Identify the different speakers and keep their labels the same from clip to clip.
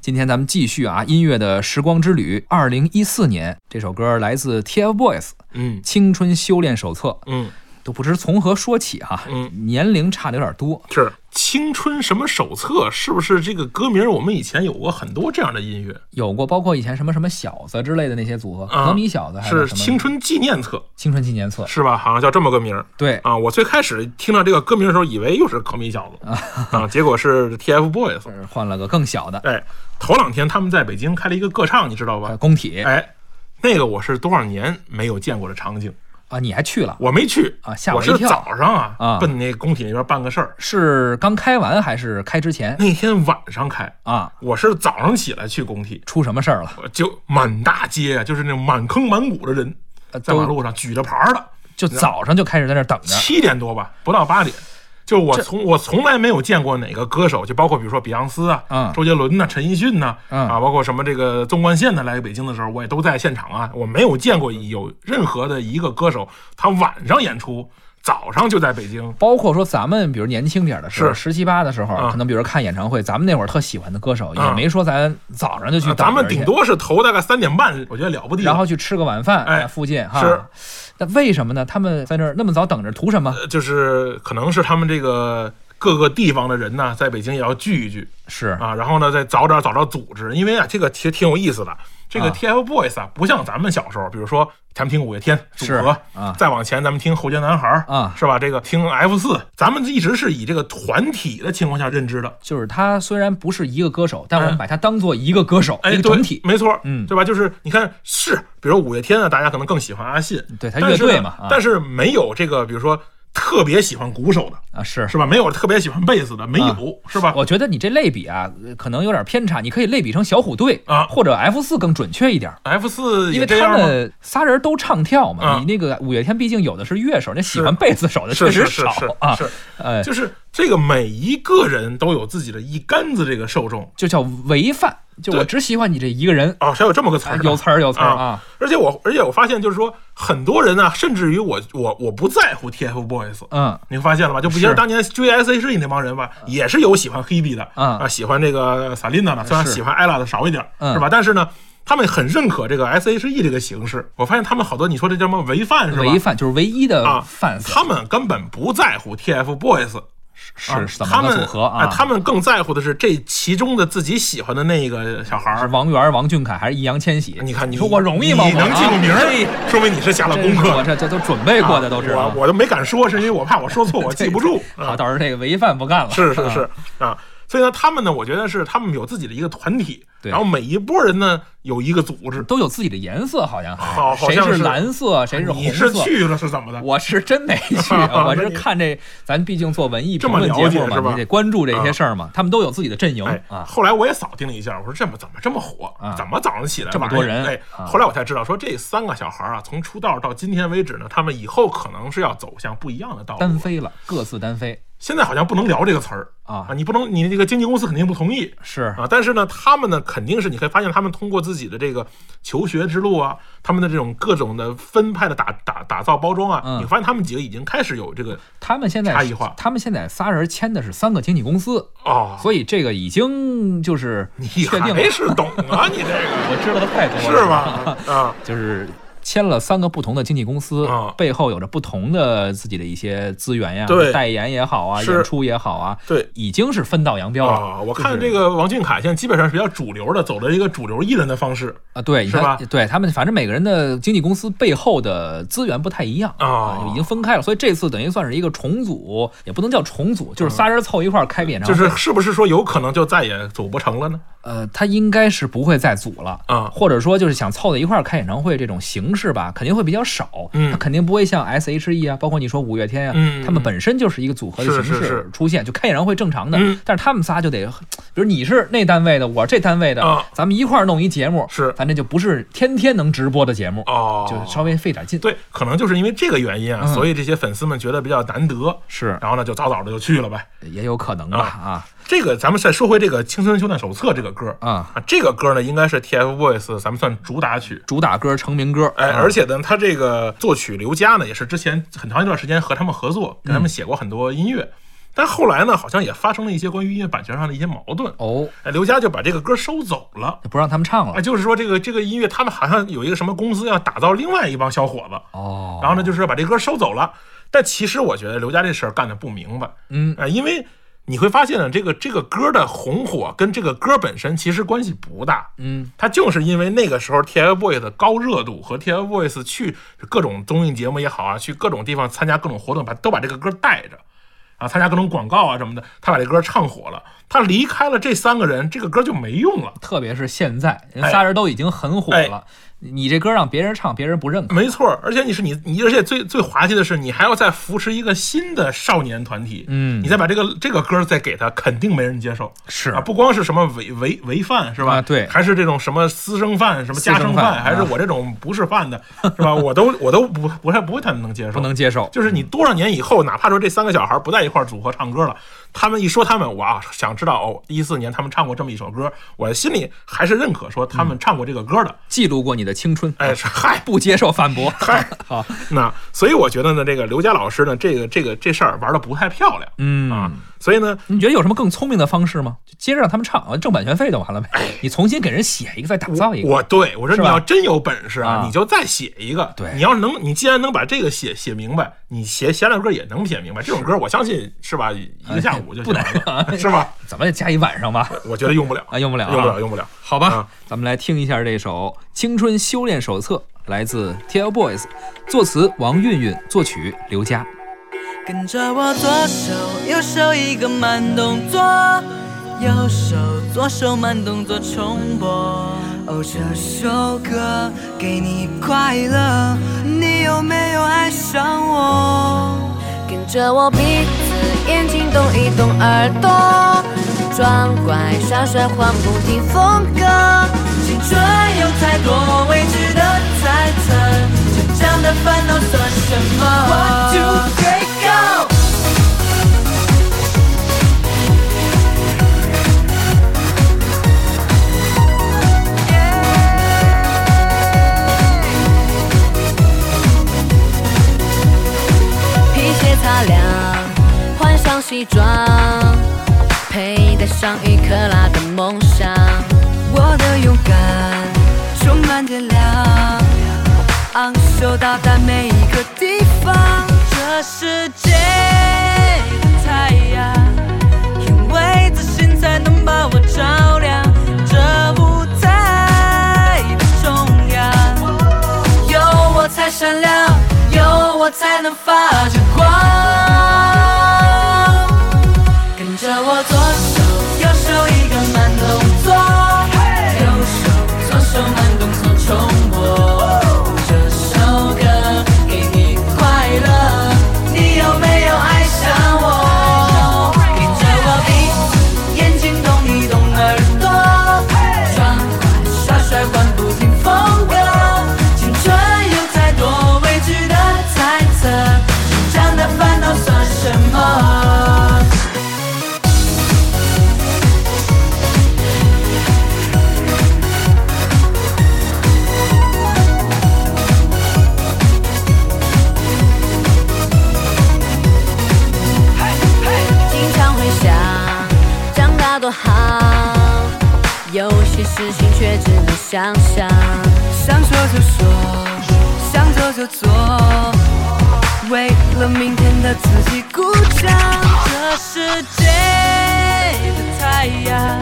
Speaker 1: 今天咱们继续啊，音乐的时光之旅。二零一四年，这首歌来自 TFBOYS《
Speaker 2: 嗯
Speaker 1: 青春修炼手册》，
Speaker 2: 嗯，
Speaker 1: 都不知从何说起哈、
Speaker 2: 嗯
Speaker 1: 年龄差的有点多。
Speaker 2: 是青春什么手册？是不是这个歌名？我们以前有过很多这样的音乐，
Speaker 1: 有过包括以前什么什么小子之类的那些组合，
Speaker 2: 啊
Speaker 1: 河米小子还
Speaker 2: 是
Speaker 1: 什么
Speaker 2: 青春纪念册，
Speaker 1: 青春纪念册，
Speaker 2: 是吧？好像叫这么个名儿
Speaker 1: 对，
Speaker 2: 啊。我最开始听到这个歌名的时候，以为又是科米小 子啊，结果是 TFBOYS。
Speaker 1: 呃换了个更小的，
Speaker 2: 哎，头两天他们在北京开了一个歌唱，你知道吧
Speaker 1: 呃，？工体
Speaker 2: 哎，那个我是多少年没有见过的场景，
Speaker 1: 啊，你还去了？
Speaker 2: 我没去
Speaker 1: 啊吓我
Speaker 2: 我
Speaker 1: 一跳
Speaker 2: 是早上啊，
Speaker 1: 啊
Speaker 2: 奔那工体那边办个事儿，
Speaker 1: 是刚开完还是开之前
Speaker 2: 那天晚上开，
Speaker 1: 啊？
Speaker 2: 我是早上起来去工体，
Speaker 1: 出什么事儿了？
Speaker 2: 我就满大街啊，就是那种满坑满谷的人，
Speaker 1: 呃
Speaker 2: 在马
Speaker 1: 都
Speaker 2: 路上嗯举着牌儿的，
Speaker 1: 就早上就开始在那儿等着，
Speaker 2: 七点多吧，不到八点。就是我从我从来没有见过哪个歌手，就包括比如说比昂斯啊、
Speaker 1: 嗯
Speaker 2: 周杰伦呐、陈奕迅呐、
Speaker 1: 嗯
Speaker 2: 啊，包括什么这个纵贯线的来北京的时候，我也都在现场啊，我没有见过有任何的一个歌手，他晚上演出，早上就在北京。
Speaker 1: 包括说咱们比如年轻点儿的时候，十七八的时候，
Speaker 2: 嗯
Speaker 1: 可能比如看演唱会，咱们那会儿特喜欢的歌手，也
Speaker 2: 嗯
Speaker 1: 没说咱早上就去
Speaker 2: 啊
Speaker 1: 等着去，
Speaker 2: 咱们顶多是头大概三点半，我觉得了不地了。
Speaker 1: 然后去吃个晚饭，
Speaker 2: 哎
Speaker 1: 在附近哈。
Speaker 2: 是，
Speaker 1: 那为什么呢？他们在那儿那么早等着，图什么？
Speaker 2: 呃就是可能是他们这个各个地方的人呢，在北京也要聚一聚
Speaker 1: 是
Speaker 2: 啊，然后呢再找点找找组织，因为啊这个其实挺有意思的。这个
Speaker 1: 啊
Speaker 2: TFBOYS 啊，不像咱们小时候，比如说咱们听五月天组
Speaker 1: 是
Speaker 2: 合，
Speaker 1: 啊
Speaker 2: 再往前咱们听后街男孩
Speaker 1: 啊
Speaker 2: 是吧？这个听 F 四，咱们一直是以这个团体的情况下认知的。
Speaker 1: 就是他虽然不是一个歌手，但我们
Speaker 2: 嗯
Speaker 1: 把他当做一个歌手，
Speaker 2: 哎，
Speaker 1: 一个
Speaker 2: 对
Speaker 1: 整体。
Speaker 2: 没错，
Speaker 1: 嗯
Speaker 2: 对吧？就是你看，是比如五月天呢，啊大家可能更喜欢阿信，
Speaker 1: 对他
Speaker 2: 但
Speaker 1: 乐
Speaker 2: 是
Speaker 1: 队
Speaker 2: 呢
Speaker 1: 嘛啊
Speaker 2: 但是没有这个，比如说特别喜欢鼓手的，
Speaker 1: 啊，是。
Speaker 2: 是吧？没有特别喜欢贝斯的，没有、是吧？
Speaker 1: 啊我觉得你这类比啊，呃可能有点偏差。你可以类比成小虎队
Speaker 2: 啊
Speaker 1: 或者 F 四更准确一点儿，
Speaker 2: F 四
Speaker 1: 因
Speaker 2: 也
Speaker 1: 为
Speaker 2: 这
Speaker 1: 他
Speaker 2: 样吗？
Speaker 1: 们仨人都唱跳嘛。
Speaker 2: 啊
Speaker 1: 你那个五月天毕竟有的是乐手，那喜欢
Speaker 2: 是
Speaker 1: 贝斯手的确实
Speaker 2: 是是是
Speaker 1: 少
Speaker 2: 是
Speaker 1: 啊。
Speaker 2: 是，
Speaker 1: 呃，
Speaker 2: 就是这个每一个人都有自己的一竿子这个受众
Speaker 1: 就叫违犯，就我
Speaker 2: 对
Speaker 1: 只喜欢你这一个人。
Speaker 2: 哦，还有这么个词
Speaker 1: 啊
Speaker 2: 儿呢、
Speaker 1: 有词儿有词儿啊，
Speaker 2: 而且我而且我发现就是说很多人呢、甚至于我我我不在乎 TFBOYS。
Speaker 1: 嗯，
Speaker 2: 你发现了吧？就不像
Speaker 1: 是
Speaker 2: 当年追 S H E 那帮人吧，也是有喜欢 Hebe 的
Speaker 1: 啊
Speaker 2: 喜欢这个 Selina 的，虽然
Speaker 1: 是
Speaker 2: 喜欢 Ella 的少一点，
Speaker 1: 嗯
Speaker 2: 是吧？但是呢，他们很认可这个 S H E 这个形式。我发现他们好多，你说这叫什么违犯是吧？
Speaker 1: 违犯就是唯一的
Speaker 2: 啊
Speaker 1: 犯死，
Speaker 2: 他们根本不在乎 TFBOYS 啊
Speaker 1: 是是怎
Speaker 2: 他
Speaker 1: 么个
Speaker 2: 们哎
Speaker 1: 组合啊？
Speaker 2: 他们更在乎的是这其中的自己喜欢的那个小孩
Speaker 1: 是
Speaker 2: 儿。
Speaker 1: 王源、王俊凯还是易烊千玺？
Speaker 2: 你看，
Speaker 1: 你说我容易吗？
Speaker 2: 你
Speaker 1: 我
Speaker 2: 能
Speaker 1: 啊
Speaker 2: 记住名
Speaker 1: 嘿
Speaker 2: 儿，说明你是下了
Speaker 1: 这
Speaker 2: 功
Speaker 1: 是我
Speaker 2: 课。啊
Speaker 1: 这这都准备过的都是。啊
Speaker 2: 我我都没敢说，是因为我怕我说错，我记不住。
Speaker 1: 好，嗯
Speaker 2: 啊
Speaker 1: 到时候这个违犯不干了。
Speaker 2: 是是是啊，所以呢，他们呢，我觉得是他们有自己的一个团体，
Speaker 1: 对
Speaker 2: 然后每一波人呢有一个组织。
Speaker 1: 都有自己的颜色，好像还
Speaker 2: 好好
Speaker 1: 谁
Speaker 2: 像
Speaker 1: 是
Speaker 2: 是
Speaker 1: 蓝色，谁
Speaker 2: 你
Speaker 1: 红
Speaker 2: 是
Speaker 1: 色。
Speaker 2: 去了是怎么的？
Speaker 1: 我是真没 去，我是看这，咱毕竟做文艺评论节
Speaker 2: 这
Speaker 1: 目
Speaker 2: 么了解
Speaker 1: 嘛，
Speaker 2: 是吧啊
Speaker 1: 你得关注这些事儿嘛。他们都有自己的阵营
Speaker 2: 哎
Speaker 1: 啊，
Speaker 2: 后来我也扫听了一下，我说这么怎么这么火
Speaker 1: 啊？
Speaker 2: 怎么早上起来
Speaker 1: 这么
Speaker 2: 晚上
Speaker 1: 多人
Speaker 2: 哎，
Speaker 1: 啊
Speaker 2: 后来我才知道，说这三个小孩啊，从出道到今天为止呢，他们以后可能是要走向不一样的道
Speaker 1: 单
Speaker 2: 路。
Speaker 1: 飞了，各自单飞
Speaker 2: 现在好像不能聊这个词儿
Speaker 1: 啊
Speaker 2: 啊，，你不能，你这个经纪公司肯定不同意。
Speaker 1: 是
Speaker 2: 啊，但是呢，他们呢，肯定是你可以发现，他们通过自己的这个求学之路啊，他们的这种各种的分派的打打打造包装啊，
Speaker 1: 嗯
Speaker 2: 你发现他们几个已经开始有这个
Speaker 1: 他们现在
Speaker 2: 差异化
Speaker 1: 他们现在仨人签的是三个经纪公司，
Speaker 2: 哦，
Speaker 1: 所以这个已经就是
Speaker 2: 你
Speaker 1: 确定了
Speaker 2: 还。是懂啊，你这个
Speaker 1: 我知道的太多 了，
Speaker 2: 是？吧？啊，
Speaker 1: 就是签了三个不同的经纪公司
Speaker 2: 啊，
Speaker 1: 背后有着不同的自己的一些资源呀，
Speaker 2: 对
Speaker 1: 代言也好啊，
Speaker 2: 是
Speaker 1: 演出也好啊，
Speaker 2: 对。
Speaker 1: 已经是分道扬镳了
Speaker 2: 啊、我看这个王俊凯现在基本上是比较主流的，走的一个主流艺人的方式
Speaker 1: 啊。对，你
Speaker 2: 是
Speaker 1: 看
Speaker 2: 吧，
Speaker 1: 对他们，反正每个人的经纪公司背后的资源不太一样啊
Speaker 2: 啊，
Speaker 1: 已经分开了，所以这次等于算是一个重组，也不能叫重组，就是仨人凑一块儿开个演唱
Speaker 2: 嗯就
Speaker 1: 会。
Speaker 2: 是是不是说有可能就再也走不成了呢？
Speaker 1: 呃，他应该是不会再组了
Speaker 2: 啊
Speaker 1: 或者说就是想凑在一块儿开演唱会这种形式吧，肯定会比较少。
Speaker 2: 嗯
Speaker 1: 他肯定不会像 S.H.E 啊，包括你说五月天啊，
Speaker 2: 嗯
Speaker 1: 他们本身就是一个组合的
Speaker 2: 是
Speaker 1: 形
Speaker 2: 是
Speaker 1: 式
Speaker 2: 是
Speaker 1: 出现，就开演唱会正常的。
Speaker 2: 嗯
Speaker 1: 但是他们仨就得，比如你是那单位的，我是这单位的，
Speaker 2: 啊
Speaker 1: 咱们一块儿弄一节目，
Speaker 2: 是
Speaker 1: 咱这就不是天天能直播的节目，
Speaker 2: 哦，
Speaker 1: 就稍微费点劲。，
Speaker 2: 对，可能就是因为这个原因啊，
Speaker 1: 嗯
Speaker 2: 所以这些粉丝们觉得比较难得，
Speaker 1: 是
Speaker 2: 然后呢就早早的就去了呗。
Speaker 1: 也有可能吧啊
Speaker 2: 这个咱们再说回这个《青春修炼手册》这个歌
Speaker 1: 啊
Speaker 2: 啊，这个歌呢应该是 TFBOYS 咱们算主打曲。
Speaker 1: 主打歌、成名歌，啊
Speaker 2: 哎，而且呢，他这个作曲刘佳呢，也是之前很长一段时间和他们合作，给他们写过很多音乐。但后来呢，好像也发生了一些关于音乐版权上的一些矛盾，
Speaker 1: 哦，
Speaker 2: 哎，刘佳就把这个歌收走了。
Speaker 1: 不让他们唱
Speaker 2: 啊，
Speaker 1: 了。
Speaker 2: 就是说这个这个音乐，他们好像有一个什么公司要打造另外一帮小伙子，
Speaker 1: 哦，
Speaker 2: 然后呢，就是把这歌收走了。但其实我觉得刘佳这事儿干的不明白，
Speaker 1: 嗯，
Speaker 2: 啊，因为你会发现呢，这个这个歌的红火跟这个歌本身其实关系不大，
Speaker 1: 嗯，
Speaker 2: 它就是因为那个时候 TFBOYS 的高热度和 TFBOYS 去各种综艺节目也好啊，去各种地方参加各种活动，把都把这个歌带着。啊，参加各种广告啊什么的，他把这歌唱火了。他离开了这三个人，这个歌就没用了。
Speaker 1: 特别是现在，人
Speaker 2: 哎
Speaker 1: 仨人都已经很火
Speaker 2: 哎嗯
Speaker 1: 了，你这歌让别人唱，别人不认可。
Speaker 2: 没错，而且你是你你，而且最最滑稽的是，你还要再扶持一个新的少年团体，
Speaker 1: 嗯
Speaker 2: 你，再把这个这个歌再给他，肯定没人接受。
Speaker 1: 是
Speaker 2: 啊，不光是什么违违违犯是吧？
Speaker 1: 啊对
Speaker 2: 还是这种什么私生饭、什么家
Speaker 1: 私生
Speaker 2: 生
Speaker 1: 饭啊
Speaker 2: 还是我这种不是饭的， 是吧？我都我都不不太不会太能接受。
Speaker 1: 不能接受。
Speaker 2: 就是你多少年以后，哪怕说这三个小孩不在一块儿组合唱歌了，他们一说他们，我啊想知道哦，一四年他们唱过这么一首歌，我心里还是认可说他
Speaker 1: 嗯
Speaker 2: 们唱过这个歌的。
Speaker 1: 记录过你的青春，
Speaker 2: 哎，是嗨，
Speaker 1: 不接受反驳。
Speaker 2: 嗨，
Speaker 1: 哎好，
Speaker 2: 那所以我觉得呢，这个刘佳老师呢，这个这个这事儿玩的不太漂亮、啊
Speaker 1: 嗯，，
Speaker 2: 所以呢，
Speaker 1: 你觉得有什么更聪明的方式吗？就接着让他们唱，啊挣版权费就完了呗。你重新给人写一个，再打造一个。
Speaker 2: 哎我对我说，
Speaker 1: 是
Speaker 2: 你
Speaker 1: 吧
Speaker 2: 要真有本事啊
Speaker 1: 啊，
Speaker 2: 你就再写一个。
Speaker 1: 对
Speaker 2: 你要能，你既然能把这个写写明白，你写写两歌也能写明白。这种歌我相信是吧，一个下午就写完了，是吧？
Speaker 1: 怎么也加一晚上吧？
Speaker 2: 我觉得用不了，
Speaker 1: 啊，用不了、啊，
Speaker 2: 用不了，。用不了。
Speaker 1: 好吧，
Speaker 2: 啊
Speaker 1: 咱们来听一下这首《青春修炼手册》，来自 TFBOYS，作词王韵韵，作曲刘佳。
Speaker 3: 跟着我左手右手一个慢动作，右手左手慢动作重播。哦，这首歌给你快乐，你有没有爱上我？
Speaker 4: 跟着我鼻子、眼睛动一动，耳朵装乖耍帅，换不停风格。
Speaker 3: 青春有太多未知的猜测，成长的烦恼算什么？One two three go。
Speaker 4: 皮鞋擦亮，换上西装，佩戴上一克拉的梦想。
Speaker 3: 我的勇敢充满电量，昂首到达每一个地方。这世界的太阳，因为自信才能把我照亮。这舞台的中央，有我才闪亮，有我才能发着光。跟着我左手右手一个慢动作，右手左手慢动作重播。这首歌给你快乐，你有没有爱上我？跟着我鼻子眼睛动一动耳朵，装乖耍帅换不停风格，青春有太多未知的猜测，成长的烦恼算什么？
Speaker 4: 经常会想，长大多好，有些事情却只能想想。
Speaker 3: 想说就说，想做就做，为了明天的自己鼓掌。这世界的太阳，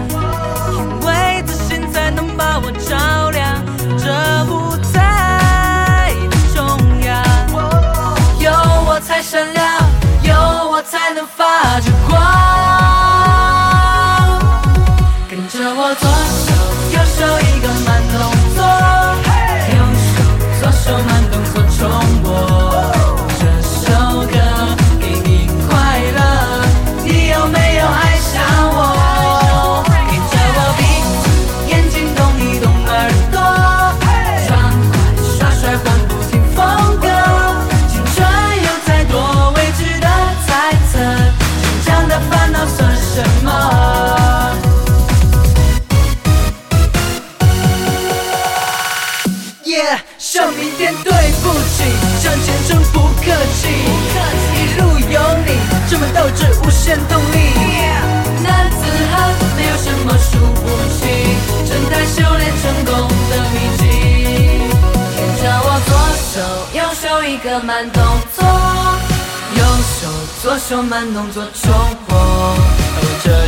Speaker 3: 因为自信才能把我照亮。这舞台的中央，有我才闪亮，有我才能发着光。跟着我左手右手一个慢动作，右手左手慢动作重播。这首歌给你快乐，你有没有爱上我？跟着我鼻子眼睛动一动耳朵，装乖耍帅换不停风格。青春有太多未知的猜测，成长的烦恼算什么？耶、上明天对不起，向前冲不客气，一路有你，充满斗志，无限动力。男子汉没有什么输不起，正在修炼成功的秘籍。跟着我左手右手一个慢动作，右手左手慢动作重播。哦，这